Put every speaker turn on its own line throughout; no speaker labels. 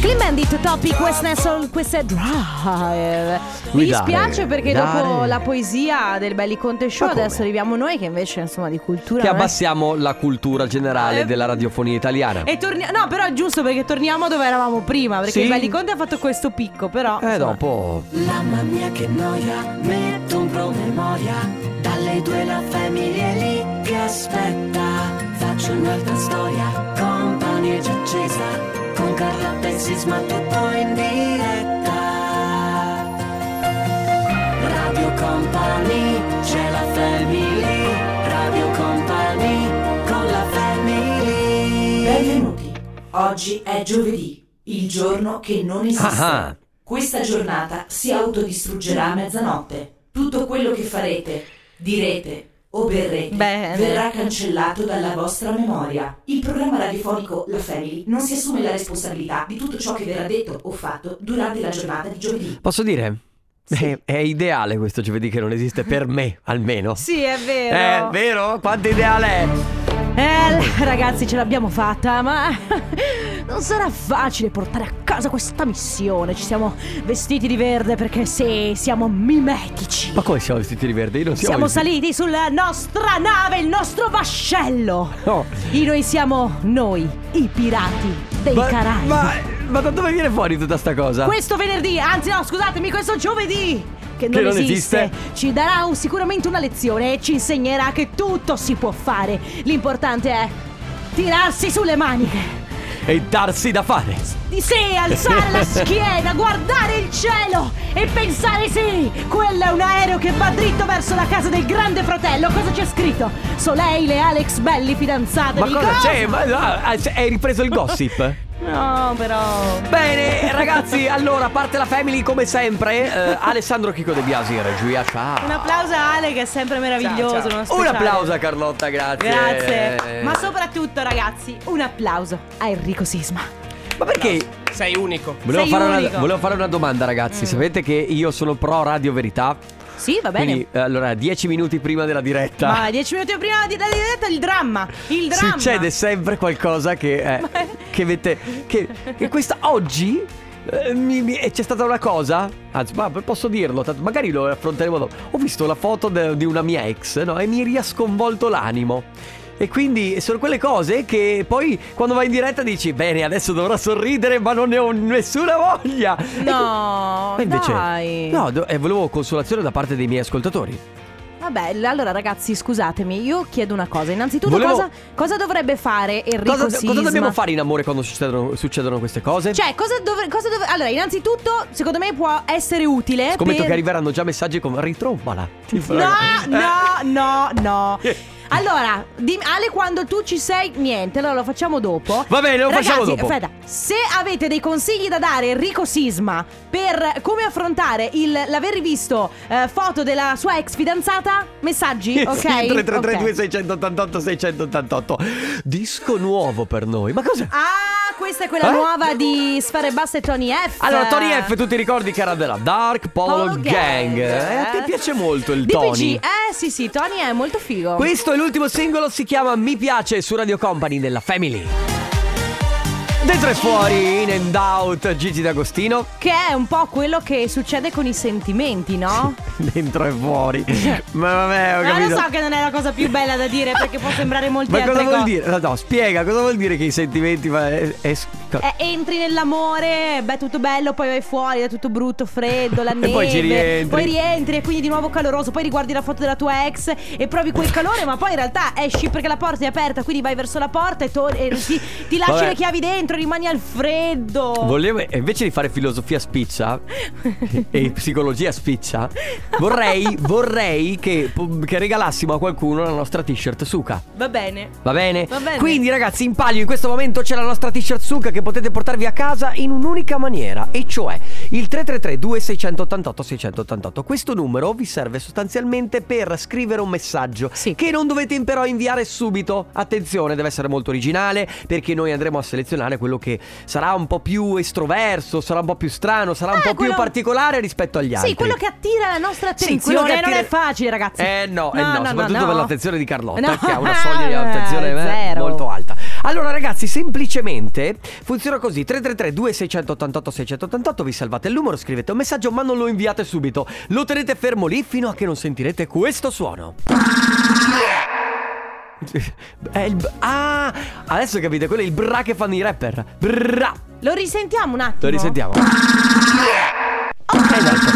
Clean Bandit Topic West Nestle, questa è Drive. Mi
Guidare,
dispiace perché dopo
guidare.
la poesia del Belli Conte Show
Ma come?
adesso arriviamo noi che invece insomma di cultura
Che
non è-
abbassiamo la cultura generale
Eh,
della radiofonia italiana.
E torniamo No, però è giusto perché torniamo dove eravamo prima, perché
Sì.
il Belli Conte ha fatto questo picco, però
Eh,
insomma.
dopo.
Mamma mia che noia, metto un promemoria. Dalle due la famiglia è lì che aspetta. Faccio un'altra storia, compagnia già accesa. Con Carla e Sisma tutto in diretta. Radio Company, c'è la family. Radio Company, con la family.
Benvenuti. Oggi è giovedì, il giorno che non esiste.
Ah ah.
Questa giornata si autodistruggerà a mezzanotte. Tutto quello che farete, direte o berrete
Beh.
verrà cancellato dalla vostra memoria. Il programma radiofonico La Family non si assume la responsabilità di tutto ciò che verrà detto o fatto durante la giornata di giovedì.
Posso dire? È, è ideale questo giovedì che non esiste per me, almeno.
Sì, è
È Eh,
vero.
vero? Quanto ideale è?
Eh, l- ragazzi, ce l'abbiamo fatta, ma non sarà facile portare a casa questa missione. Ci siamo vestiti di verde perché sì, siamo mimetici.
Ma come siamo vestiti di verde? Io non siamo
Siamo saliti sulla nostra nave, il nostro vascello.
No.
E noi siamo noi, i pirati dei
Ma,
Caraibi.
ma, ma da dove viene fuori tutta sta cosa?
Questo venerdì, anzi no, scusatemi, questo giovedì. Che non,
Che non esiste.
ci darà un- sicuramente una lezione e ci insegnerà che tutto si può fare. L'importante è tirarsi sulle maniche.
E darsi da fare.
Di sì, alzare la schiena, guardare il cielo e pensare sì, quello è un aereo che va dritto verso la casa del grande fratello. Cosa c'è scritto? Soleil e Alex Belli fidanzate.
Ma
Di
cosa c'è? Ma, no, ah, c'è- hai ripreso il gossip?
No, però...
Bene, ragazzi, allora parte la family come sempre. Eh, Alessandro Chico De Biasi, regia, ciao.
Un applauso a Ale che è sempre meraviglioso.
Ciao, ciao.
uno
Un
speciale.
applauso a Carlotta, grazie.
Grazie. Ma soprattutto ragazzi, un applauso a Enrico Sisma.
Ma perché?
Sei unico.
Volevo
Sei
fare, una,
unico.
volevo fare una domanda, ragazzi. Sapete che io sono pro Radio Verità?
Sì, va bene.
Quindi, eh, allora, 10 minuti prima della diretta.
Ma dieci minuti prima di della diretta il dramma. Il dramma.
Succede sempre qualcosa che. eh, che avete. Che, che questa oggi. eh, mi- mi- e c'è stata una cosa, anzi, ma posso dirlo, tanto magari lo affronteremo dopo. Ho visto la foto de- di una mia ex, no? E mi riasconvolto l'animo. E quindi sono quelle cose che poi quando vai in diretta dici: Bene, adesso dovrò sorridere, ma non ne ho nessuna voglia. E
No,
Ma invece,
dai.
no, do- eh, volevo consolazione da parte dei miei ascoltatori.
Vabbè, l- allora ragazzi, scusatemi, io chiedo una cosa. Innanzitutto
Volevo-
cosa, cosa dovrebbe fare Enrico
Cosa,
Sisma?
cosa dobbiamo fare in amore quando succedono, succedono queste cose?
Cioè, cosa dovrebbe cosa dov- Allora, innanzitutto, secondo me può essere utile
Scommetto
per
che arriveranno già messaggi come ritrombala.
No, no, no, no.
Eh.
Allora, dim- Ale, quando tu ci sei, niente, allora lo facciamo dopo.
Va bene, lo
Ragazzi,
facciamo dopo.
Aspetta, se avete dei consigli da dare a Enrico Sisma per come affrontare il, l'aver rivisto eh, foto della sua ex fidanzata, messaggi,
Eh.
ok?
3332
Ok.
688 688 Disco nuovo per noi. Ma cosa?
Ah, questa è quella
Eh?
nuova di Sfere Basse e Tony F.
Allora, Tony F, tu ti ricordi che era della Dark Polo,
Polo
Gang?
Gang.
Eh, a te piace molto il
DPG,
Tony.
eh sì sì, Tony è molto figo.
Questo è l'ultimo singolo, si chiama Mi piace su Radio Company della Family. Dentro e fuori, in and out, Gigi D'Agostino.
che è un po' quello che succede con i sentimenti, no?
Dentro e fuori. Ma vabbè, ho
Ma
capito.
Eh, lo so che non è la cosa più bella da dire perché può sembrare molte
Ma cosa
altre
vuol
cose.
dire? No, no, spiega, cosa vuol dire che i sentimenti. fa- è- è- co-
Eh, entri nell'amore, beh, tutto bello, poi vai fuori, è tutto brutto, freddo, la
E
neve.
poi ci rientri.
poi rientri e quindi di nuovo caloroso. Poi riguardi la foto della tua ex e provi quel calore, ma poi in realtà esci perché la porta è aperta, quindi vai verso la porta e, tor- e ti, ti lasci
Vabbè.
le chiavi dentro, rimani al freddo.
Volevo, e invece di fare filosofia spiccia e psicologia spiccia, vorrei, vorrei che, che regalassimo a qualcuno la nostra t-shirt Suka.
Va bene.
Va bene?
Va bene.
Quindi ragazzi, in palio in questo momento c'è la nostra t-shirt Suka che potete portarvi a casa in un'unica maniera, e cioè il 333 2688 688. Questo numero vi serve sostanzialmente per scrivere un messaggio
Sì.
che non dovete però inviare subito. Attenzione, deve essere molto originale perché noi andremo a selezionare quello che sarà un po' più estroverso, sarà un po' più strano, sarà un
Eh,
po'
quello-
più particolare rispetto agli altri.
Sì, quello che attira la nostra
Sì,
attenzione.
quello che attira-
Non è facile, ragazzi.
Eh no, eh no, soprattutto per l'attenzione di Carlotta, che ha una
Ah,
soglia di attenzione eh,
zero.
molto alta. Allora, ragazzi, semplicemente funziona così: 333-2688-688. Vi salvate il numero, scrivete un messaggio, ma non lo inviate subito. Lo tenete fermo lì fino a che non sentirete questo suono. È il. b- Ah, adesso capite, quello è il bra che fanno i rapper. Bra.
Lo risentiamo un attimo.
Lo risentiamo. Esatto.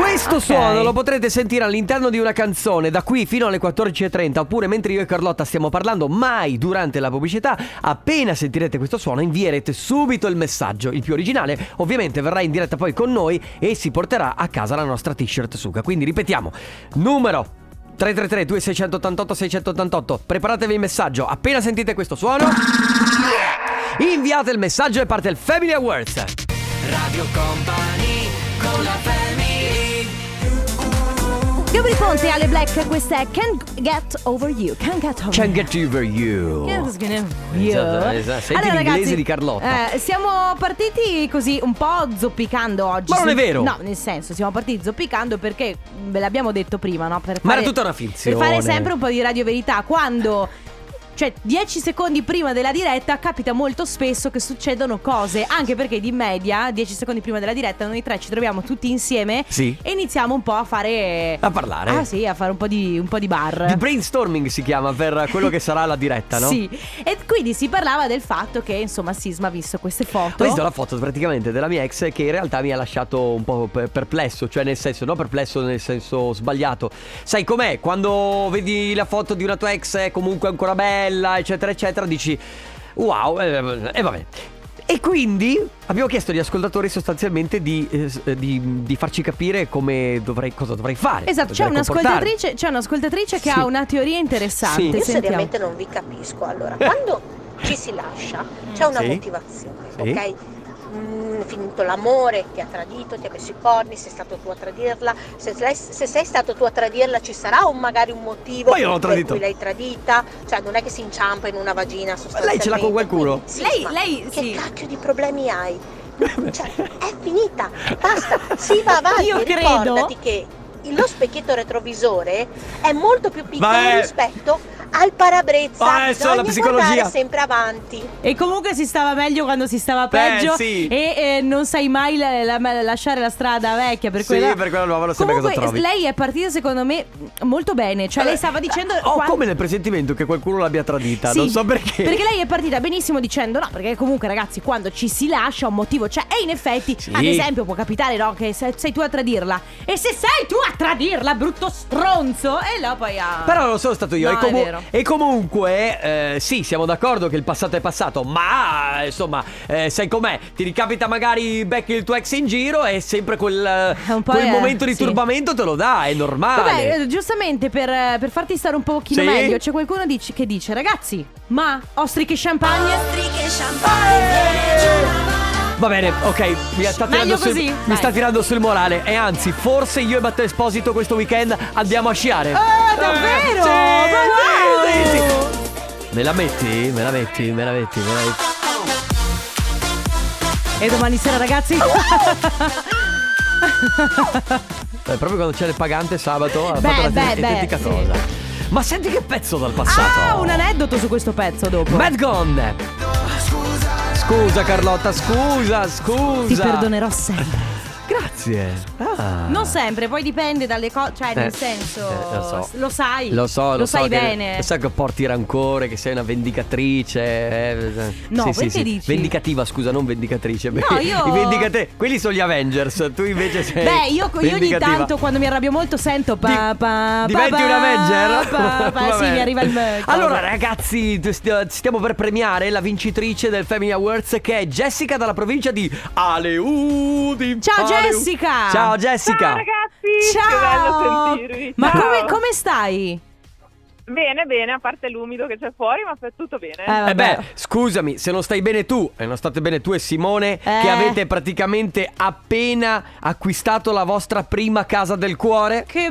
Questo
Ok.
suono lo potrete sentire all'interno di una canzone da qui fino alle 14.30 oppure mentre io e Carlotta stiamo parlando mai durante la pubblicità appena sentirete questo suono invierete subito il messaggio il più originale ovviamente verrà in diretta poi con noi e si porterà a casa la nostra t-shirt Suga quindi ripetiamo numero 333 2688 688 preparatevi il messaggio appena sentite questo suono inviate il messaggio e parte il Family Awards Radio Company con la Family
Gabri Ponte alle Black, questa è Can't Get Over You. Can't Get Over You.
Can't get over you
Can't get over you.
Esatto, esatto. Senti
allora,
l'inglese
ragazzi,
di Carlotta.
eh, siamo partiti così un po' zoppicando oggi.
Ma non è vero.
No, nel senso, siamo partiti zoppicando perché mm, ve l'abbiamo detto prima, no? Per
Ma
fare-
era tutta una
Per
finzione
fare sempre un po' di radio verità Quando cioè 10 secondi prima della diretta capita molto spesso che succedono cose Anche perché di media 10 secondi prima della diretta noi tre ci troviamo tutti insieme
Sì
E iniziamo un po' a fare
A parlare
Ah sì, a fare un po' di, un po' di bar
Di brainstorming si chiama per quello che sarà la diretta no?
Sì, e quindi si parlava del fatto che insomma Sisma ha visto queste foto
Ho visto la foto praticamente della mia ex che in realtà mi ha lasciato un po' per- perplesso, cioè nel senso, non perplesso nel senso sbagliato. Sai com'è? Quando vedi la foto di una tua ex è comunque ancora bella, eccetera, eccetera, dici wow, e vabbè. E quindi abbiamo chiesto agli ascoltatori sostanzialmente di, eh, s- eh, di- di farci capire come dovrei, cosa dovrei fare.
Esatto, c'è
come dovrei comportarmi.
un'ascoltatrice, c'è un'ascoltatrice che
Sì.
ha una teoria
Sì.
interessante
Io
sentiamo.
seriamente non vi capisco. Allora, quando ci si lascia c'è una
Sì.
motivazione,
Sì.
ok? Mm, finito l'amore, ti ha tradito, ti ha messo i corni, sei stato tu a tradirla. Se, lei- se sei stato tu a tradirla ci sarà un, magari un motivo
Ma io l'ho
per
tradito.
cui l'hai tradita. Cioè non è che si inciampa in una vagina
Lei
sostanzialmente.
ce l'ha con qualcuno?
Quindi, sì,
Lei-
ma
lei-
che
sì.
cacchio di problemi hai? Cioè, è finita, basta, si va avanti,
Io credo-
ricordati che lo specchietto retrovisore è molto più piccolo
Vabbè.
rispetto al parabrezza.
Ma adesso Ah, la
Bisogna
psicologia.
guardare sempre avanti.
E comunque si stava meglio quando si stava
Beh,
peggio.
sì.
E eh, non sai mai la- la- lasciare la strada vecchia per
Sì,
quella.
per quella nuova lo sai mai cosa
Comunque,
trovi.
Lei è partita, secondo me, molto bene. Cioè, lei stava dicendo.
Ho
quan-
come nel presentimento che qualcuno l'abbia tradita,
Sì,
non so perché.
Perché lei è partita benissimo dicendo no, perché comunque ragazzi quando ci si lascia un motivo c'è e in effetti
Sì.
ad esempio può capitare no che se- sei tu a tradirla e se sei tu a tradirla brutto stronzo e là poi ha...
Però non sono stato io.
No,
e, comu-
è vero.
e comunque, eh, sì, siamo d'accordo che il passato è passato, ma insomma, eh, sai com'è? Ti ricapita magari becchi il tuo ex in giro e sempre quel, eh,
È un po'
quel
è-
momento di
sì.
turbamento te lo dà, è normale.
Vabbè, eh, giustamente per, eh, per farti stare un pochino
Sì.
meglio, c'è qualcuno dici- che dice, ragazzi, ma ostriche e champagne?
Va bene, ok, mi sta, tirando
Meglio
sul,
così,
mi
dai.
sta tirando sul morale. E anzi, forse io e Matteo Esposito questo weekend andiamo a sciare.
Eh, davvero?
sì,
Ma
sì,
wow!
sì, sì. Me la metti? Me la metti? Me la metti? Me la metti?
E domani sera, ragazzi?
Eh, proprio quando c'è il pagante sabato ha
Beh,
fatto la
beh,
ide-
beh,
identica
sì.
cosa. Ma senti che pezzo dal passato.
ah, un aneddoto su questo pezzo dopo.
Mad Gone. Scusa Carlotta, scusa, scusa.
Ti perdonerò sempre.
Grazie. Ah.
Non sempre, poi dipende dalle cose, cioè
Eh,
nel senso,
eh, lo so.
lo sai,
Lo so, lo, so
sai
che-
bene.
Lo so che porti rancore, che sei una vendicatrice. eh,
No,
sì, sì,
perché
sì.
dici?
Vendicativa, scusa, non vendicatrice.
No, io-
I vendicate... Quelli sono gli Avengers, tu invece sei...
Beh, io, io ogni
vendicativa.
tanto quando mi arrabbio molto sento
Di-
pa, pa,
diventi
pa,
un
pa,
Avenger?
pa,
Vabbè.
sì, mi arriva il coso.
Allora, ragazzi, tu st- stiamo per premiare la vincitrice del Family Awards che è Jessica dalla provincia di Aleudi.
Ciao,
Aleu-
Jessica!
Ciao Jessica!
Ciao ragazzi,
Ciao!
che bello sentirvi.
Ma
Ciao.
come, come stai?
Bene, bene, a parte l'umido che c'è fuori, ma per tutto bene.
vabbè.
Eh beh, scusami, se non stai bene tu e non state bene tu e Simone, che
Eh.
avete praticamente appena acquistato la vostra prima casa del cuore.
Che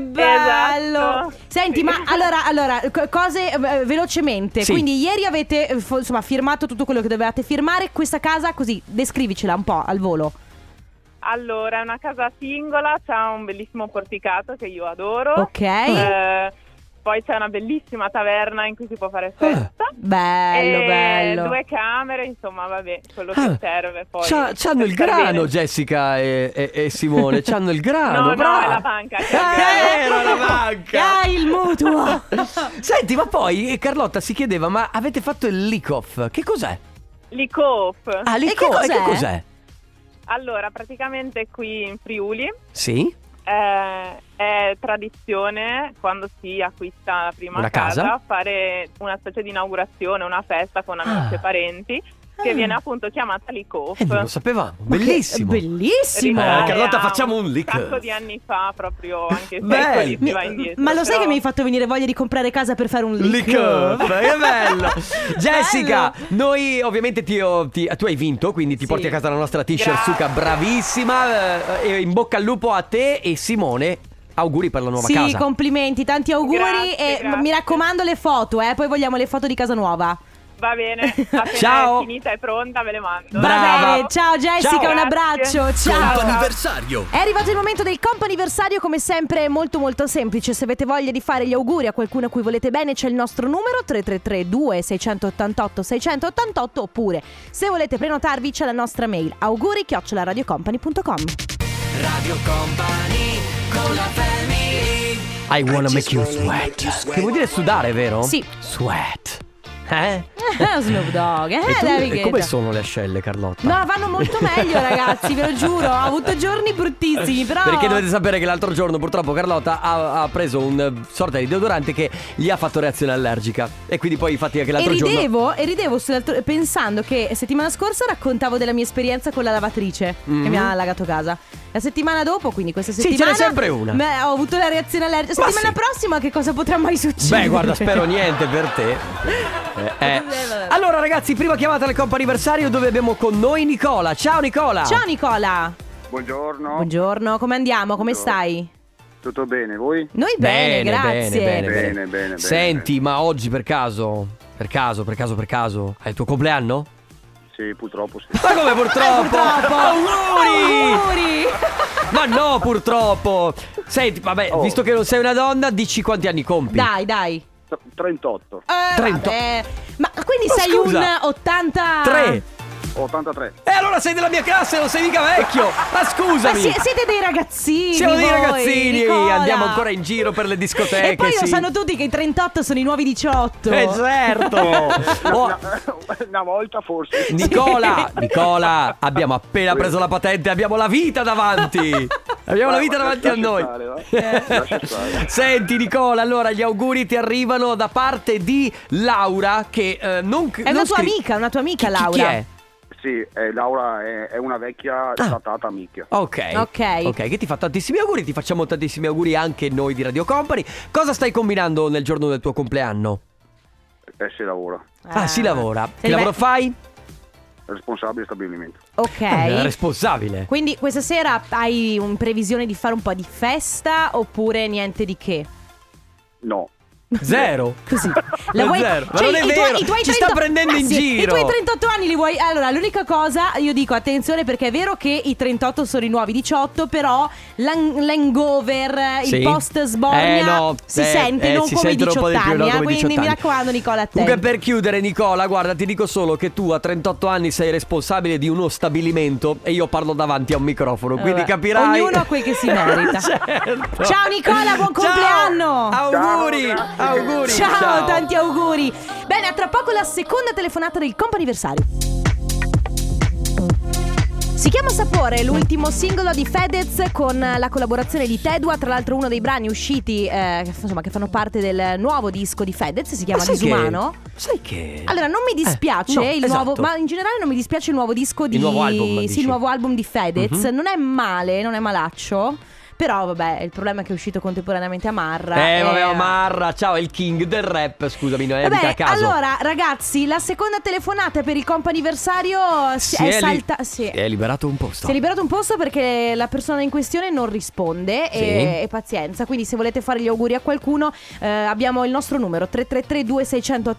bello!
Esatto.
Senti,
Sì.
ma allora, allora co- cose eh, velocemente.
Sì.
Quindi ieri avete eh, fo- insomma, firmato tutto quello che dovevate firmare. Questa casa così, descrivicela un po' al volo.
Allora, è una casa singola, c'ha un bellissimo porticato che io adoro.
Ok.
Eh, poi c'è una bellissima taverna in cui si può fare festa.
Ah.
Bello,
Eh,
E
bello.
Due camere, insomma, vabbè, quello
Ah,
che serve poi.
c'ha- c'hanno
per
il
star
grano
bene.
Jessica e, e- e Simone, c'hanno il grano.
No, no,
brava.
è la banca, c'è il
Ah, è vero, la banca.
Dai, il mutuo.
Senti, ma poi eh, Carlotta si chiedeva, ma avete fatto il lick off? Che cos'è?
L'ICOF.
Ah, lick
che
off, e che
cos'è?
cos'è?
Allora, praticamente qui in Friuli
Sì?
eh, è tradizione quando si acquista la prima
Una casa?
fare una specie di inaugurazione, una festa con amici
Ah.
e parenti che
Ah.
viene appunto chiamata l'ICOF.
Eh, non lo sapevamo. Bellissimo.
Bellissimo.
Eh,
Risale
Carlotta,
a
facciamo un
Un
lick.
sacco di anni fa, proprio anche se
Bello.
secoli si
Mi-
va indietro.
ma lo sai
però-
che mi hai fatto venire voglia di comprare casa per fare un lick?
Lick up, che bello! Jessica,
Bello.
noi ovviamente ti, ho- ti- tu hai vinto, quindi ti
Sì.
porti a casa la nostra t-shirt
Grazie.
suca, bravissima. eh, e in bocca al lupo a te e Simone. Auguri per la nuova
sì,
casa.
complimenti, tanti auguri
Grazie,
e
grazie.
mi raccomando le foto, eh, poi vogliamo le foto di casa nuova.
Va bene, appena
Ciao.
è finita e pronta ve le mando.
Brava.
Va bene, ciao Jessica,
Ciao.
un abbraccio,
Grazie.
ciao.
Comp'anniversario
È arrivato il momento del comp'anniversario, come sempre è molto molto semplice, se avete voglia di fare gli auguri a qualcuno a cui volete bene c'è il nostro numero 333 688 688 oppure se volete prenotarvi c'è la nostra mail auguri radiocompany.com
Radio Company con la family
I wanna make you sweat. Che vuol dire sudare, vero?
Sì.
Sweat. Eh?
Eh, Snoop Dogg, eh,
e tu-
David
e
Guetta.
come sono le ascelle, Carlotta?
No, vanno molto meglio ragazzi, ve lo giuro, ho avuto giorni bruttissimi, però...
Perché dovete sapere che l'altro giorno purtroppo Carlotta ha, ha preso un eh, sorta di deodorante che gli ha fatto reazione allergica. E quindi poi infatti anche
E
l'altro giorno...
ridevo, e ridevo sull'altro- pensando che settimana scorsa raccontavo della mia esperienza con la lavatrice che
Mhm.
mi ha allagato casa. La settimana dopo, quindi questa
ce n'è
settimana.
sempre una.
me- ho avuto la reazione allergica.
Ma
Settimana
sì.
prossima, che cosa potrà mai succedere?
Beh, guarda, spero niente per te. Eh, eh.
vabbè.
Allora, ragazzi, prima chiamata del compo anniversario dove abbiamo con noi Nicola. Ciao Nicola!
Ciao, Nicola.
Buongiorno.
Buongiorno, come andiamo? Come
Buongiorno.
stai?
Tutto bene, voi?
Noi bene, grazie.
Bene, bene,
Bene, bene, bene,
Senti, ma oggi per caso, per caso, per caso, per caso, è il tuo compleanno?
Sì, purtroppo sì.
Ma come purtroppo?
Eh, Purtroppo.
Auguri!
Auguri!
Ma no, purtroppo! Senti, vabbè,
Oh.
visto che non sei una donna, dici quanti anni compi.
Dai, dai.
T- 38,
Eh,
30.
vabbè. Ma quindi
Ma
sei
scusa.
un Eh, 80.
3!
83.
E allora sei della mia classe, non sei mica vecchio! Ma
Ma
scusami!
si- siete dei ragazzini.
Siamo dei
voi,
ragazzini,
Nicola.
andiamo ancora in giro per le discoteche,
E poi lo
sì.
sanno tutti che i 38 sono i nuovi 18.
Eh certo! Oh,
Eh, Una, una volta forse.
Nicola, Nicola, abbiamo appena preso la patente, abbiamo la vita davanti. Abbiamo la vita
Ah, ma
davanti a
lascia
noi.
stare, va. Lascia stare.
Senti Nicola, allora gli auguri ti arrivano da parte di Laura che eh, non
È una tua amica, una tua amica Laura.
Chi è?
Sì, eh, Laura è, è una vecchia
Ah.
datata amica.
Ok.
Ok.
Ok, che ti fa tantissimi auguri, ti facciamo tantissimi auguri anche noi di Radio Company. Cosa stai combinando nel giorno del tuo compleanno?
E si Eh, lavora.
Ah,
Eh,
si lavora.
Sei
Che lavoro
be-
fai?
Responsabile stabilimento.
Eh,
Ok.
responsabile.
Quindi questa sera hai in previsione di fare un po' di festa oppure niente di che?
No.
Zero.
Così. cioè,
Lo zero. Ma non è
i tuoi-
vero,
i tuoi
ci sta
30
prendendo
Ma
in
sì, I
giro.
tuoi 38 anni li vuoi. Allora, l'unica cosa, io dico attenzione perché è vero che i 38 sono i nuover 18, però l'hang- l'hangover,
Sì.
il post sbornia
Eh, no,
si
eh,
sente
eh,
non
si
come i
sentono un
18
po' di più,
anni.
no,
eh,
come i
quindi
18
mi
anni.
raccomando, Nicola, attenti.
Comunque per chiudere Nicola, guarda, ti dico solo che tu a 38 anni sei responsabile di uno stabilimento e io parlo davanti a un microfono, quindi
Eh, Vabbè,
capirai.
ognuno ha quel che si merita.
Certo.
Ciao, Nicola, buon compleanno.
Auguri,
Ciao,
auguri.
Ciao, tanti auguri. Bene, a tra poco la seconda telefonata del comp'anniversario. Si chiama Sapore, l'ultimo singolo di Fedez con la collaborazione di Tedua, tra l'altro uno dei brani usciti, eh, insomma, che fanno parte del nuovo disco di Fedez, si
Ma
chiama
sai
Disumano.
che, sai che
Allora, non mi dispiace
Eh, no,
il
esatto.
nuovo, ma in generale non mi dispiace il nuovo disco di
Il nuovo album,
Sì,
dici.
il nuovo album di Fedez.
Mhm.
Non è male, non è malaccio. Però, vabbè, il problema è che è uscito contemporaneamente a Marra.
Eh,
e-
vabbè, Amarra, ciao, è il king del rap, scusami, non è mica a
Vabbè,
caso.
allora, ragazzi, la seconda telefonata per il comp'anniversario Eh, si è,
li-
salta. sì.
si è liberato un posto.
Si è liberato un posto perché la persona in questione non risponde
Sì.
e, e pazienza. Quindi se volete fare gli auguri a qualcuno eh, abbiamo il nostro numero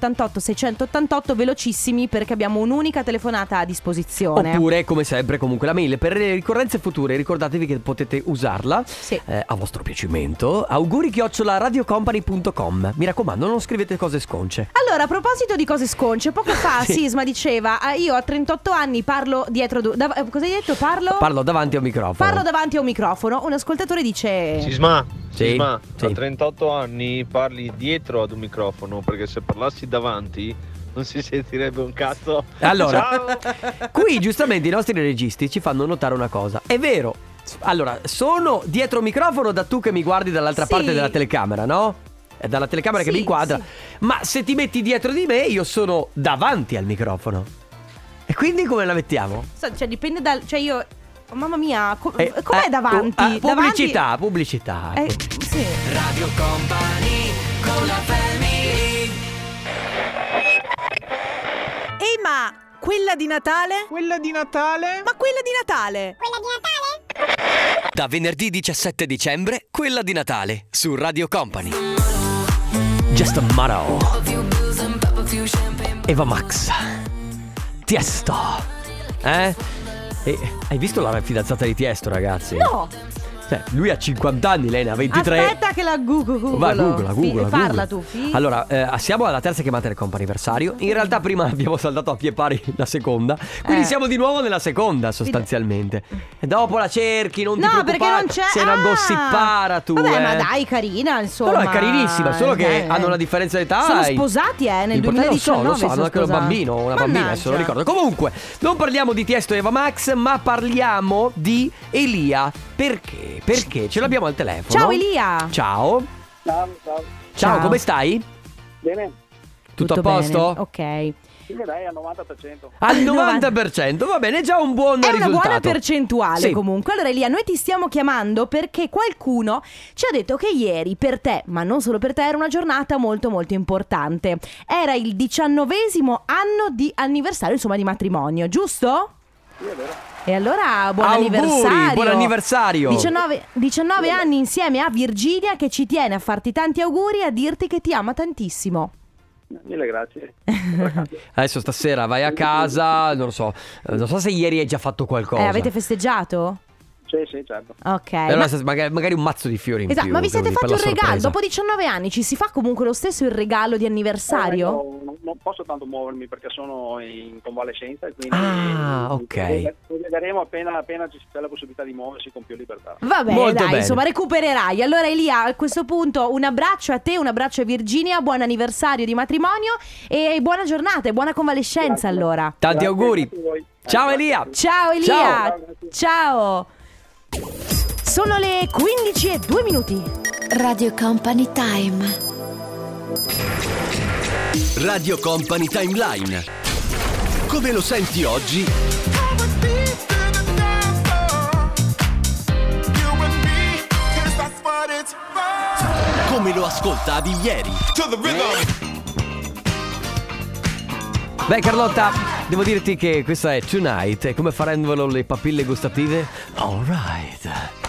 333-2688-688 velocissimi perché abbiamo un'unica telefonata a disposizione.
Oppure, come sempre, comunque la mail. Per le ricorrenze future ricordatevi che potete usarla
Sì.
eh, a vostro piacimento. Auguri chiocciola radiocompany.com. Mi raccomando, non scrivete cose sconce.
Allora, a proposito di cose sconce, poco fa
Sì.
Sisma diceva: "Ah, Io a 38 anni parlo dietro. du- dav- eh, cosa hai detto? Parlo?
Parlo davanti a un microfono.
parlo davanti a un microfono. Un ascoltatore dice:
Sisma,
Sì,
Sisma,
sì.
a 38 anni parli dietro ad un microfono perché se parlassi davanti non si sentirebbe un cazzo.
Allora,
Ciao!
qui giustamente i nostri registi ci fanno notare una cosa. È vero. Allora, sono dietro microfono da tu che mi guardi dall'altra
Sì.
parte della telecamera, no? È dalla telecamera che
Sì,
mi inquadra.
sì.
Ma se ti metti dietro di me, io sono davanti al microfono. E quindi come la mettiamo?
So- Cioè, dipende dal. Cioè, io. oh, mamma mia, co-
Eh,
com'è
eh,
davanti?
pu- ah,
Davanti-
pubblicità, pubblicità.
Eh, sì.
Radio Company con la family
Ehi, ma quella di Natale? Quella di Natale? Ma quella di Natale?
Da venerdì 17 dicembre Quella di Natale Su Radio Company
Just a Marrow. Eva Max. Tiesto. Eh? E- hai visto la fidanzata di Tiesto, ragazzi?
No,
Cioè, lui ha 50 anni, lei ne ha 23.
aspetta che la Google.
Vai, googla,
Fi-
googla,
Parla
googla.
tu, fi-
Allora, eh, siamo alla terza chiamata del compa anniversario. In realtà prima abbiamo saldato a pie pari la seconda. Quindi
Eh.
siamo di nuovo nella seconda sostanzialmente. E dopo la cerchi, non ti
No,
preoccupare.
perché non c'è.
Sei una
Ah!
gossipara tu,
Vabbè,
eh.
ma dai, carina, insomma.
No, no, è carinissima, solo che
Eh,
hanno una differenza d'età.
Sono
e-
sposati, eh, nel
Importante- Lo so,
2019
lo so, hanno
sono
anche un
sposati.
bambino, una bambina, se lo
Mannaggia.
ricordo. Comunque, non parliamo di Tiesto e Eva Max, ma parliamo di Elia. Perché? Perché ce l'abbiamo al telefono.
Ciao, Elia.
Ciao.
Ciao, ciao.
Ciao,
Ciao.
come stai?
Bene,
Tutto, a posto?
bene, Ok.
io dai al 90%.
Al
Al
90%, va bene, già un buon
È una
risultato.
buona percentuale
Sì.
comunque. Allora Elia, noi ti stiamo chiamando perché qualcuno ci ha detto che ieri per te, ma non solo per te, era una giornata molto molto importante. Era il diciannovesimo anno di anniversario, insomma, di matrimonio, giusto? E allora buon
Auguri,
anniversario.
buon anniversario.
19, 19 anni insieme a Virginia che ci tiene a farti tanti auguri e a dirti che ti ama tantissimo.
Mille grazie.
Adesso stasera vai a casa, non lo so, eh, non so se ieri hai già fatto qualcosa.
Eh, avete festeggiato?
Sì, sì, certo.
Ok.
Eh, allora
ma-
stas- maga- magari un mazzo di fiori in
Esatto,
più,
ma vi siete
così, per
fatti un
la
regalo?
sorpresa.
Dopo 19 anni ci si fa comunque lo stesso il regalo di anniversario?
Eh, io non, non posso tanto muovermi perché sono in convalescenza e quindi
Ah, ok.
lo vedremo appena, appena ci sarà la possibilità di muoversi con più libertà.
Vabbè,
Molto
dai,
bene.
insomma, recupererai. Allora, Elia, a questo punto un abbraccio a te, un abbraccio a Virginia, buon anniversario di matrimonio e buona giornata e buona convalescenza allora.
Tanti
Grazie,
auguri.
grazie a voi.
Ciao
Eh,
Elia.
Ciao Elia!
Ciao.
Ciao. Sono le 15 e 2 minuti.
Radio Company Time.
Radio Company Timeline Come lo senti oggi? Come lo ascoltavi ieri?
Beh Carlotta, devo dirti che questa è Tonight e come faranno le papille gustative? Alright.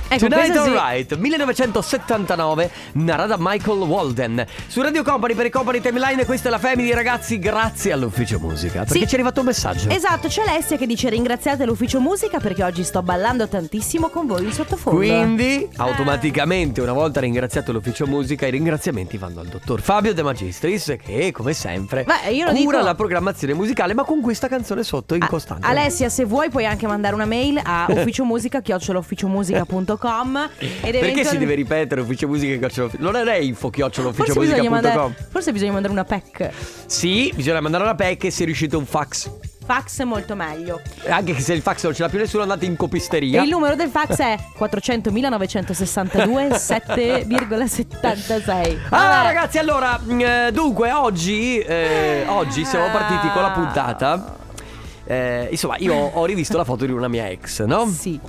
Ecco,
Tonight
questa sì.
Alright, 1979, narrata Michael Walden. Su Radio Company per i Company Timeline, questa è la Family, ragazzi, grazie all'ufficio musica. Perché
Sì.
ci è arrivato un messaggio.
Esatto, c'è Alessia che dice ringraziate l'ufficio musica perché oggi sto ballando tantissimo con voi in sottofondo. Eh.
Quindi, automaticamente, una volta ringraziato l'ufficio musica, i ringraziamenti vanno al dottor Fabio De Magistris, che come sempre
Beh, io lo
cura
dico-
la programmazione musicale, ma con questa canzone sotto in
Ah,
costante.
Alessia, se vuoi puoi anche mandare una mail a ufficiomusica@ufficiomusica.com ed
Perché si
eventualmente-
deve ripetere ufficio musica e chiocciolo Non era info chiocciolo
Forse
ufficio
bisogna,
musica.com
mandare, forse bisogna mandare una PEC.
Sì, bisogna mandare una PEC e se riuscite un fax.
Fax è molto meglio.
Anche se il fax non ce l'ha più nessuno, andate in
E
copisteria.
il numero del fax è 400.962 7,76.
Ah
Vabbè.
ragazzi allora mh, eh, dunque oggi, eh, oggi siamo partiti con la puntata Eh, Insomma io ho rivisto la foto di una mia ex no?
Sì.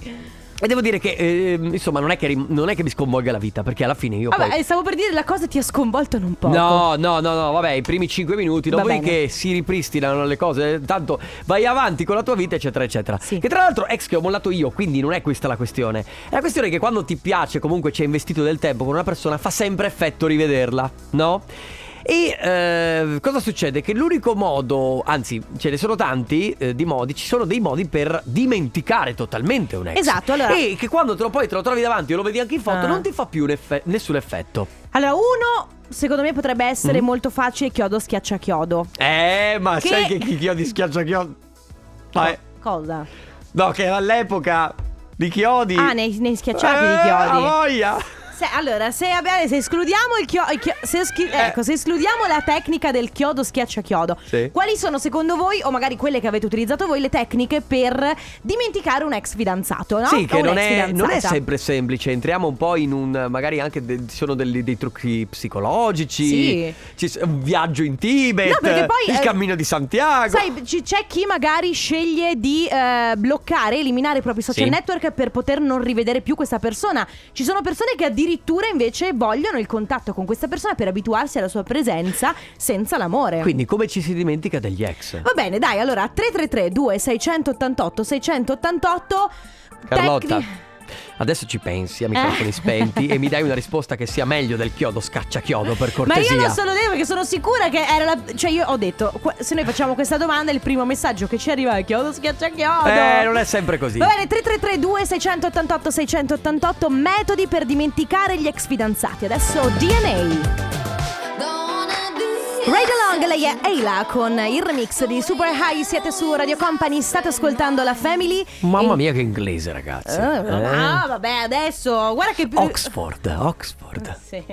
E devo dire che eh, insomma non è che, rim- non è che mi sconvolga la vita perché alla fine io
Vabbè,
poi
eh, stavo per dire la cosa ti ha sconvolto non poco.
No, no, no, no, vabbè, i primi 5 minuti,
Va
dopodiché
bene.
si ripristinano le cose, tanto vai avanti con la tua vita, eccetera, eccetera.
Sì.
Che tra l'altro ex che ho mollato io, quindi non è questa la questione. È la questione che quando ti piace, comunque ci hai investito del tempo con una persona, fa sempre effetto rivederla, no? E eh, cosa succede? Che l'unico modo, anzi ce ne sono tanti eh, di modi, ci sono dei modi per dimenticare totalmente un ex.
Esatto, allora-
E che quando te lo, poi te lo trovi davanti o lo vedi anche in foto
Ah.
non ti fa più un effe- nessun effetto.
Allora, uno, secondo me potrebbe essere
Mm.
molto facile chiodo schiaccia chiodo.
Eh, ma
Che-
sai che chi chiodi schiaccia chiodi? Ah, eh.
Cosa?
No, che era all'epoca di chiodi.
Ah, nei, nei schiacciati di
Eh,
chiodi.
ha voglia.
Se- allora, se, abbiamo- se escludiamo il chio- il chio- se schi-
Eh.
ecco, se escludiamo la tecnica del chiodo schiaccia chiodo,
Sì.
quali sono secondo voi, o magari quelle che avete utilizzato voi, le tecniche per dimenticare un ex fidanzato? No?
Sì,
O
che non è,
un'ex
non è
fidanzata.
sempre semplice. Entriamo un po' in un. magari anche de- ci sono degli- dei trucchi psicologici.
Sì.
Ci s- un viaggio in Tibet.
No, perché poi,
il
eh,
cammino di Santiago.
Sai, ci- c'è chi magari sceglie di eh, bloccare, eliminare i propri social
Sì.
network per poter non rivedere più questa persona. Ci sono persone che addirittura invece vogliono il contatto con questa persona per abituarsi alla sua presenza senza l'amore.
Quindi, come ci si dimentica degli ex?
Va bene, dai, allora 333 2688 688
Carlotta.
tecni-
Adesso ci pensi a microfoni
Eh.
spenti e mi dai una risposta che sia meglio del chiodo scaccia chiodo per
Ma
cortesia.
io non sono devo perché sono sicura che era la... Cioè io ho detto, qu- se noi facciamo questa domanda il primo messaggio che ci arriva è chiodo schiaccia chiodo.
Eh, non è sempre così.
Va bene, 3332 688 688 metodi per dimenticare gli ex fidanzati. Adesso DNA. Ride Along, lei è Eila con il remix di Super High, siete su Radio Company, state ascoltando la Family.
Mamma
E-
mia, che inglese, ragazzi.
Eh,
Eh.
Ah, vabbè, adesso guarda che
Oxford, Oxford.
Sì.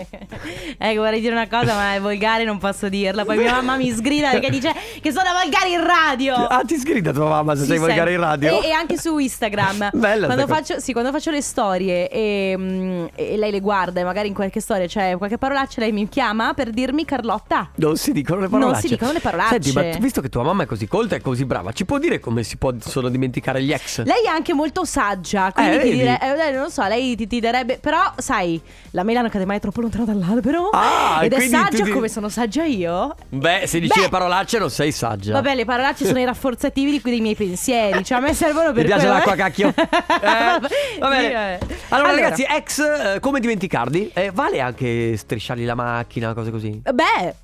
Ecco, vorrei dire una cosa, ma è volgare, non posso dirla. Poi mia mamma mi sgrida perché dice che sono volgare in radio.
Ah, ti sgrida tua mamma se
Sì,
sei
sempre.
volgare in radio.
e, e anche su Instagram
Bella
quando
sta cosa.
faccio, sì, quando faccio le storie e, mm, e lei le guarda e magari in qualche storia c'è qualche parolaccia lei mi chiama per dirmi Carlotta
Non si dicono le
Non
parolacce.
si dicono le parolacce.
Senti, ma tu- visto che tua mamma è così colta e così brava, ci può dire come si possono dimenticare gli ex?
lei è anche molto saggia quindi
Eh,
ti
vedi?
dire, eh, lei non lo so lei ti, ti darebbe però sai la mela non cade mai troppo lontana dall'albero
Ah,
ed è
quindi tu
saggia
ti-
come sono saggia io
Beh, se dici
Beh.
le parolacce non sei saggia.
Vabbè, le parolacce sono i rafforzativi di- dei miei pensieri. Cioè, a me servono per.
Mi piace
quello,
l'acqua,
eh.
cacchio. Eh, va bene.
Sì,
Allora,
vabbè.
ragazzi, ex, eh, come dimenticarli? Eh, vale anche strisciargli la macchina, cose così.
Beh,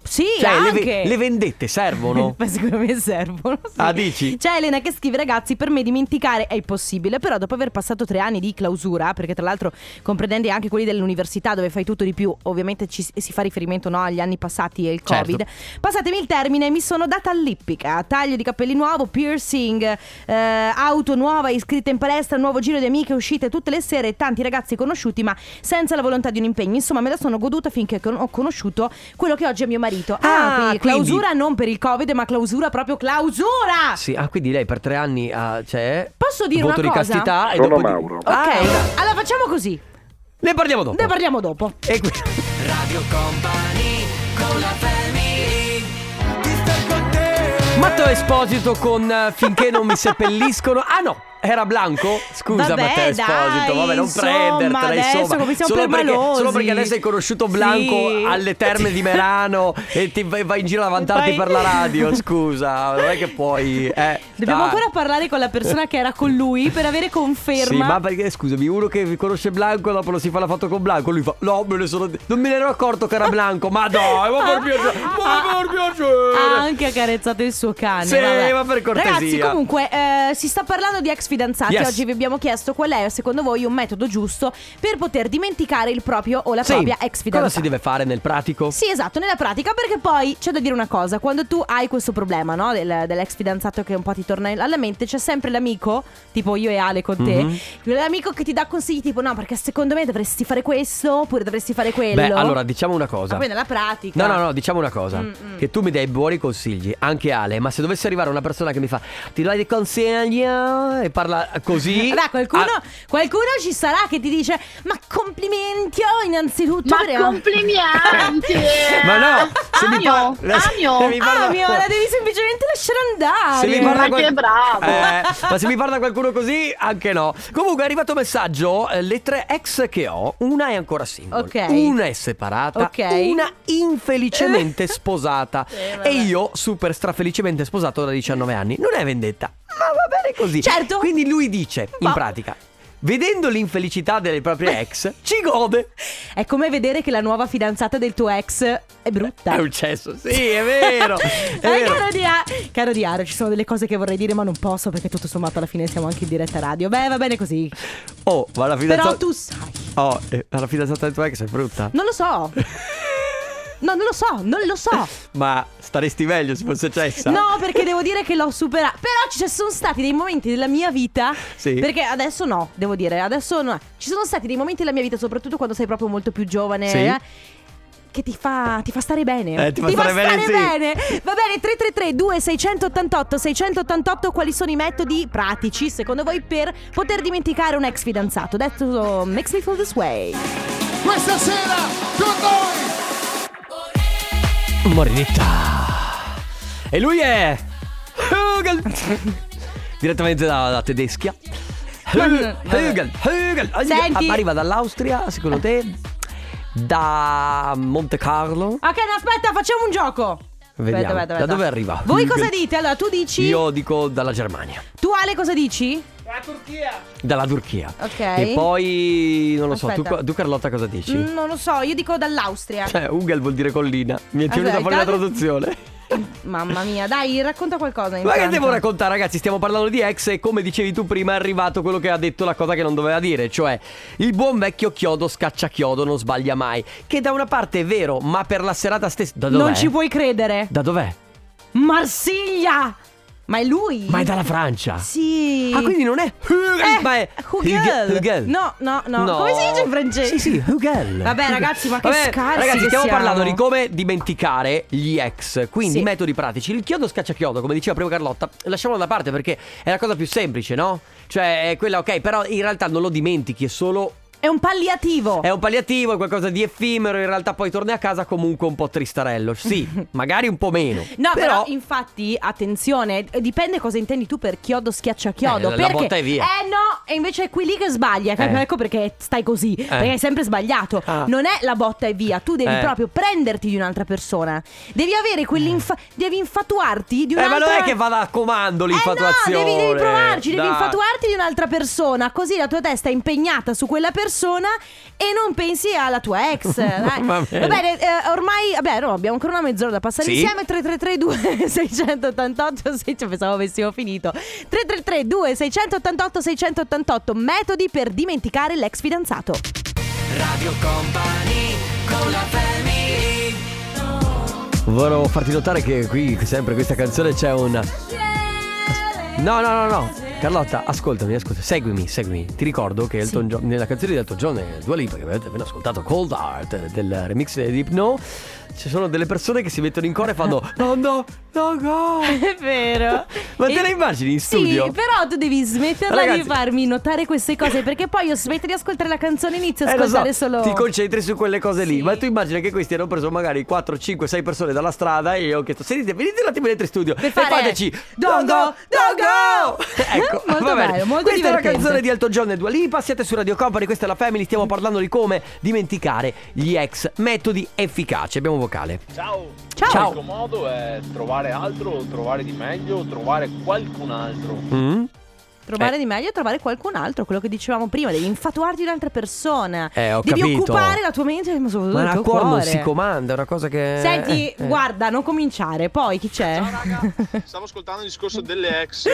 sì,
eh. Cioè, le,
anche.
ve- le vendette servono?
Ma secondo me servono. sì.
Ah, dici?
C'è Elena che scrive: Ragazzi, per me dimenticare è impossibile. Però, dopo aver passato tre anni di clausura, perché tra l'altro comprendendo anche quelli dell'università dove fai tutto di più, ovviamente ci si- si fa riferimento no, agli anni passati e il
Certo.
Covid. Passatemi il termine, mi sono data all'ippica. Taglio di capelli nuovo, piercing, eh, auto nuova, iscritta in palestra, nuovo giro di amiche, uscite tutte le sere, tanti ragazzi conosciuti, ma senza la volontà di un impegno. Insomma, me la sono goduta finché con- ho conosciuto quello che oggi è mio marito.
Ah,
quindi
quindi-
clausura non per il Covid, ma clausura proprio clausura!
Sì, ah, quindi lei per tre anni ha, cioè,
Posso dire
voto
una
di
cosa?
castità e
Sono
dopo di-
Mauro.
Ok,
Ah, ora-
allora facciamo così.
ne parliamo dopo.
Ne parliamo dopo.
E qui... Matteo Esposito con eh, Finché non mi seppelliscono. Ah no, era Blanco? Scusa
Vabbè,
Matteo
dai,
Esposito, vabbè non
insomma,
prendertela
adesso
insomma.
come siamo
solo, perché,
permalosi.
solo perché adesso hai conosciuto Blanco
Sì.
alle terme di Merano e ti vai, vai in giro a vantarti
Poi-
per la radio, scusa, non è che puoi... Eh,
Dobbiamo
dai.
ancora parlare con la persona che era con lui per avere conferma.
Sì, ma perché scusami, uno che conosce Blanco dopo lo si fa la foto con Blanco, lui fa "No, me ne sono non me ne ero accorto che era Blanco". Ma dai, ma
Ah,
per piacere, ma per
Ha
piacere.
ah, anche accarezzato il suo cane.
Sì,
vabbè.
ma per cortesia.
Ragazzi, comunque, eh, si sta parlando di ex fidanzati.
Yes.
Oggi vi abbiamo chiesto qual è, secondo voi, un metodo giusto per poter dimenticare il proprio o la
Sì,
propria ex
Cosa si
fidanzata.
deve fare nel pratico?
Sì, esatto, nella pratica, perché poi c'è da dire una cosa: quando tu hai questo problema, no? del- dell'ex fidanzato che un po' ti torna alla mente, c'è sempre l'amico, tipo io e Ale con te,
Mhm.
l'amico che ti dà consigli, tipo, no, perché secondo me dovresti fare questo, oppure dovresti fare quello. Ah,
Beh, allora diciamo una cosa.
Ma poi nella pratica.
No, no, no, diciamo una cosa.
Mm, mm.
Che tu mi dai buoni consigli, anche Ale, ma se dovesse arrivare una persona che mi fa ti do dei consigli e parla così...
Vabbè, qualcuno,
ah,
qualcuno ci sarà che ti dice: Ma complimenti, oh, innanzitutto. Ma
complimenti!
ma no, se mi
Amio,
parla... se-
Amio.
se mi parla-
Ah, mio, la devi semplicemente lasciare andare.
Se mi
Ma
parla
che bravo.
Eh, ma se mi parla qualcuno così, anche no. Comunque è arrivato un messaggio, eh, le tre ex che ho, una è ancora single,
Ok.
una è separata,
Ok.
una infelicemente sposata
vabbè.
e io super strafelicemente sposato da 19 anni. Non è vendetta, ma va bene così.
Certo.
Quindi lui dice,
Ma-
in pratica, vedendo l'infelicità delle proprie ex, ci gode.
È come vedere che la nuova fidanzata del tuo ex è brutta.
È un cesso, sì, è vero.
Eh,
È vero.
Caro, Dia- caro Diario, ci sono delle cose che vorrei dire, ma non posso perché tutto sommato alla fine siamo anche in diretta radio. Beh, va bene così.
Oh, ma la fidanzata.
Però tu sai.
Oh, eh, la fidanzata del tuo ex è brutta.
Non lo so. No, non lo so, non lo so.
Ma staresti meglio se fosse cessa.
No, perché devo dire che l'ho superata. Però ci sono stati dei momenti della mia vita.
Sì.
Perché adesso no, devo dire, adesso no. Ci sono stati dei momenti della mia vita, soprattutto quando sei proprio molto più giovane.
Sì.
eh, che ti fa, ti fa stare bene.
Eh, ti fa stare bene, sì.
Va bene, 333 2688 688 quali sono i metodi pratici secondo voi per poter dimenticare un ex fidanzato? Detto makes me feel this way.
Questa sera con noi
Morinetta. E lui è. Hugel. Direttamente da, da Tedeschia. Hugel, Hugel, Hugel.
Senti.
Arriva dall'Austria, secondo te? Da Monte Carlo?
Ok, no, aspetta, facciamo un gioco.
Vediamo.
Aspetta, aspetta,
Da
aspetta.
dove arriva?
Voi
Hugel?
cosa dite? Allora, tu dici.
Io dico dalla Germania,
Tu Ale cosa dici?
dalla Turchia.
Ok.
E poi non lo so,
Aspetta.
tu, tu Carlotta cosa dici?
Mm, non lo so, io dico dall'Austria.
Cioè, Hugel vuol dire collina. Mi è
Aspetta,
venuta fuori la
intanto-
traduzione.
Mamma mia, dai, racconta qualcosa.
Ma che
intanto.
devo raccontare, ragazzi? Stiamo parlando di ex e come dicevi tu prima è arrivato quello che ha detto la cosa che non doveva dire, cioè il buon vecchio chiodo scaccia chiodo, non sbaglia mai. Che da una parte è vero, ma per la serata stessa. Da dov'è?
Non ci puoi credere.
Da dov'è?
Marsiglia! Ma è lui?
Ma è dalla Francia.
Sì.
Ah, quindi non è Hugel,
Eh,
ma è
Hugel.
Hugel.
No, no, no, Come si dice in francese?
Sì, sì, Hugel.
Vabbè, ragazzi, ma che
Vabbè,
scarsi
Ragazzi,
che
stiamo
siamo.
parlando di come dimenticare gli ex. Quindi,
Sì.
metodi pratici. Il chiodo scaccia chiodo, come diceva prima Carlotta, lasciamolo da parte perché è la cosa più semplice, no? Cioè, è quella, ok, però in realtà non lo dimentichi, è solo.
È un palliativo.
È un palliativo, è qualcosa di effimero. In realtà poi torni a casa comunque un po' tristarello. Sì, magari un po' meno.
No, però,
però.
infatti, attenzione, eh, dipende cosa intendi tu per chiodo schiaccia chiodo.
Eh, la
perché?
botta è via.
Eh no, e invece è qui lì che sbaglia. cap-
Eh.
Ecco perché stai così. Perché hai sempre sbagliato.
Ah.
Non è la botta e via. Tu devi
Eh.
proprio prenderti di un'altra persona. Devi avere quell'infa. Devi infatuarti di
eh, ma
un'altra
non è che va da comando
eh no,
l'infatuazione.
devi, devi provarci, devi
Dai.
infatuarti di un'altra persona, così la tua testa è impegnata su quella persona e non pensi alla tua ex. dai.
Va bene.
eh, ormai, vabbè, no, abbiamo ancora una mezz'ora da passare
Sì.
insieme. 3332 688 se ci cioè, pensavo avessimo finito. 3332 688 688 metodi per dimenticare l'ex fidanzato.
Radio Company con la family
Volevo farti notare che qui, sempre questa canzone, c'è un. No, no, no, no. Carlotta, ascoltami, ascolta, seguimi, seguimi. Ti ricordo che Elton John- nella canzone di Elton John e Dua Lipa, che avete appena ascoltato, Cold Heart, eh, del remix di Hypno, ci sono delle persone che si mettono in coro e fanno No, no, no, no.
È vero.
Ma te
E-
le immagini in studio?
Sì, però tu devi smetterla
Ragazzi-
di farmi notare queste cose perché poi io smetto di ascoltare la canzone e inizio a
Eh, lo so,
ascoltare solo
Ti concentri su quelle cose lì. Ma tu immagina che questi hanno preso magari 4, 5, 6 persone dalla strada e io ho chiesto: Sentite, venite un attimo dentro in studio e
fare-
fateci
Don't go, don't go!
ecco,
Molto
va bene.
bello, molto
Questa è
divertente.
la canzone di Elton John e Dua Lipa. Siete su Radio Company, questa è la Family. Stiamo parlando di come dimenticare gli ex metodi efficaci. Abbiamo vocale.
Ciao.
Ciao.
L'unico modo è trovare altro, trovare di meglio, trovare qualcun altro.
Mm?
trovare
Eh.
di meglio e trovare qualcun altro, quello che dicevamo prima, devi infatuarti di un'altra persona.
Eh, ho
devi
capito.
occupare la tua mente, ma soprattutto
Ma
il
la
tuo
cuore
cuore.
non si comanda, è una cosa che.
Senti,
eh, eh.
guarda, non cominciare, poi chi c'è?
Stavo ascoltando il discorso delle ex. eh,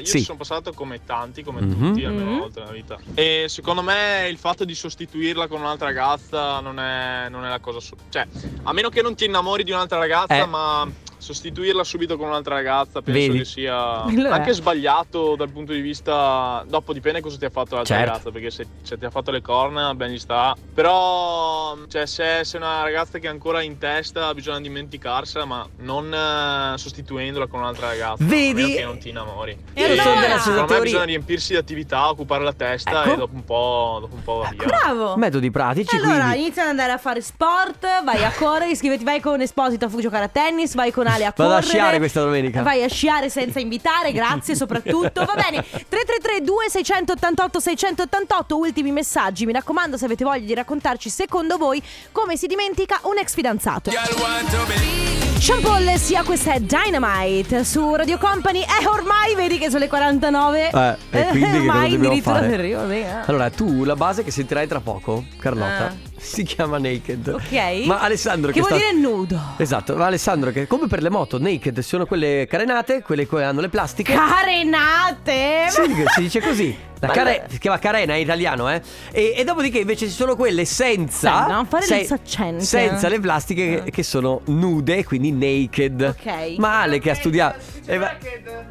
io
Sì.
ci sono passato come tanti, come
Mhm.
tutti, almeno
Mhm.
una volta nella vita. E secondo me il fatto di sostituirla con un'altra ragazza non è, non è la cosa. su- cioè, a meno che non ti innamori di un'altra ragazza,
Eh.
ma sostituirla subito con un'altra ragazza penso
Vedi?
che sia
Allora.
anche sbagliato dal punto di vista. Dopo dipende cosa ti ha fatto l'altra
Certo.
ragazza, perché se, se ti ha fatto le corna ben gli sta. Però, cioè, se se è una ragazza che è ancora in testa, bisogna dimenticarsela, ma non eh, sostituendola con un'altra ragazza.
Vedi?
a meno che non ti innamori.
E allora?
Secondo
Adesso le
me
teorie-
bisogna riempirsi di attività, occupare la testa
Ecco. Eh,
e dopo un po', dopo un po' va via.
Bravo!
Metodi pratici,
Allora,
quindi.
inizia ad andare a fare sport, vai a correre, iscriviti, vai con Esposito a fu- giocare a tennis, vai con Ale a
Vado
correre.
a sciare questa domenica.
Vai a sciare senza invitare, grazie soprattutto. Va bene, 333 2688 688, ultimi messaggi. Mi raccomando, se avete voglia di raccontarci secondo voi come si dimentica un ex fidanzato.
want to believe
Ciampolle sia questa è Dynamite su Radio Company e ormai vedi che sono le 49
Eh, e quindi che cosa
ormai
dobbiamo
addirittura
fare?
arrivo, sì, eh.
Allora, tu la base che sentirai tra poco, Carlotta,
Ah.
si chiama Naked.
Ok.
Ma Alessandro
che
che,
vuol
sta-
dire nudo.
Esatto, ma Alessandro che come per le moto, Naked sono quelle carenate, quelle che hanno le plastiche.
Ah, Carenate.
Sì, che si dice così. La
Ma
care- si chiama carena in italiano, eh? E, e dopodiché invece ci sono quelle senza.
Sai, no? Fare
se-
il saccente.
Senza le plastiche che- che sono nude, quindi naked.
Ok.
Ma Ale che ha studiato. eh, va-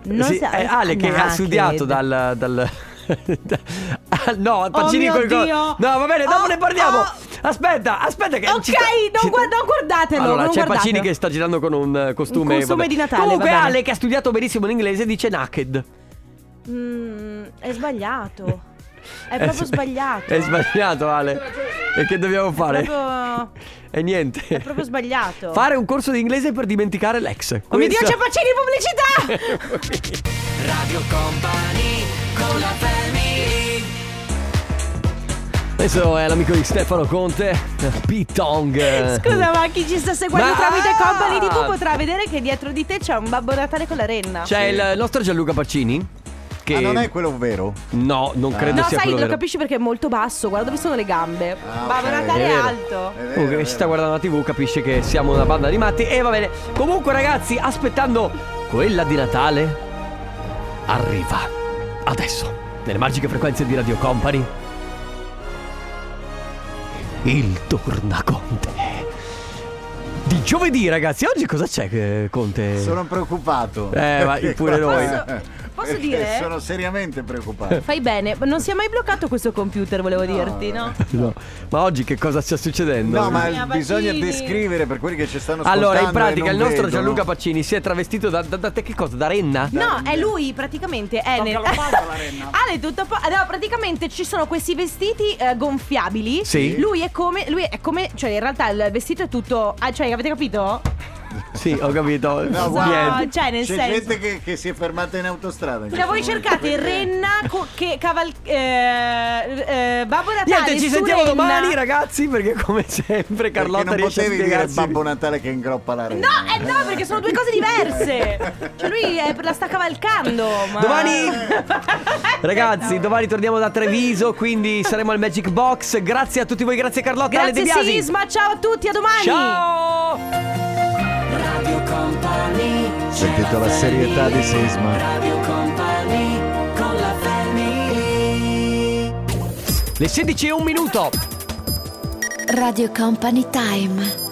Non
sì,
sa-
eh, Ale che ha
Naked.
studiato dal. dal- Ah, no, Pacini
Oh mio
col col-
Dio.
No, va bene, dopo
Oh,
ne parliamo.
oh.
Aspetta, aspetta che
Ok,
ci sta-
non,
ci sta-
guarda- non guardatelo.
allora,
non
c'è
guardatelo.
Pacini che sta girando con un eh, costume.
costume di Natale,
Comunque,
va bene.
Ale che ha studiato benissimo l'inglese dice naked.
Mm, è sbagliato. È
Eh,
proprio
s-
sbagliato.
È sbagliato, Ale. E che dobbiamo fare?
Proprio-
E niente.
è proprio sbagliato.
Fare un corso di inglese per dimenticare l'ex.
Oh mio Dio,
Questo-
c'è Pacini in pubblicità!
Radio Company con la family.
Questo è l'amico di Stefano Conte, Pitong.
Scusa, ma chi ci sta seguendo
Eh. Ma-
tramite
Ah!
Company TV potrà vedere che dietro di te c'è un Babbo Natale con la renna.
C'è il nostro Gianluca Pacini. Che...
Ah, non è quello vero?
No, non credo
No, sai,
sia quello
lo
vero. Ah,
capisci perché è molto basso. Guarda dove sono le gambe. Babbo
ok,
Natale
è
è,
vero.
alto.
Comunque, chi sta guardando la TV capisce che siamo una banda di matti. E va bene. Comunque, ragazzi, aspettando quella di Natale, arriva adesso, nelle magiche frequenze di Radio Company, il Tornaconte. Di giovedì, ragazzi, oggi cosa c'è, che- Conte?
Sono preoccupato.
Eh, ma pure noi.
Posso-
posso
Perché
dire?
Sono seriamente preoccupato.
Fai bene, non si è mai bloccato questo computer, volevo dirti, no?
No. Ma oggi che cosa sta succedendo?
No, ma
Mia
bisogna
Pacini.
descrivere per quelli che ci stanno ascoltando.
Allora, in
e
pratica,
non
il nostro
vedono.
Gianluca Pacini si è travestito da, da, da te che cosa? Da renna?
No, è lui praticamente. È nel... Ale, tutto a po- No, praticamente ci sono questi vestiti eh, gonfiabili.
Sì.
Lui è come. Lui è come. Cioè, in realtà il vestito è tutto. Ah, cioè, avete capito?
Sì, ho capito.
No,
guarda,
Niente.
cioè, nel
C'è
senso-
gente che, che si è fermata in autostrada. in
Cioè, voi
questo momento,
cercate
quindi-
Renna co- che caval. eh, eh, Babbo Natale.
Niente, ci
su
sentiamo
Renna.
domani, ragazzi, perché come sempre
Perché
Carlotta
non
riesce a
potevi dire
spiegarci.
Babbo Natale che ingroppa la rete.
No, eh no, perché sono due cose diverse. Cioè, lui è- la sta cavalcando. Ma...
Domani Ragazzi, domani torniamo da Treviso, quindi saremo al Magic Box. Grazie a tutti voi, grazie Carlotta, Ale De
Grazie
Biasi.
Sisma, ciao a tutti, a domani.
Ciao.
Radio Company.
Sentito la serietà di Sisma.
Radio Company con la family.
Le 16 e un minuto.
Radio Company Time.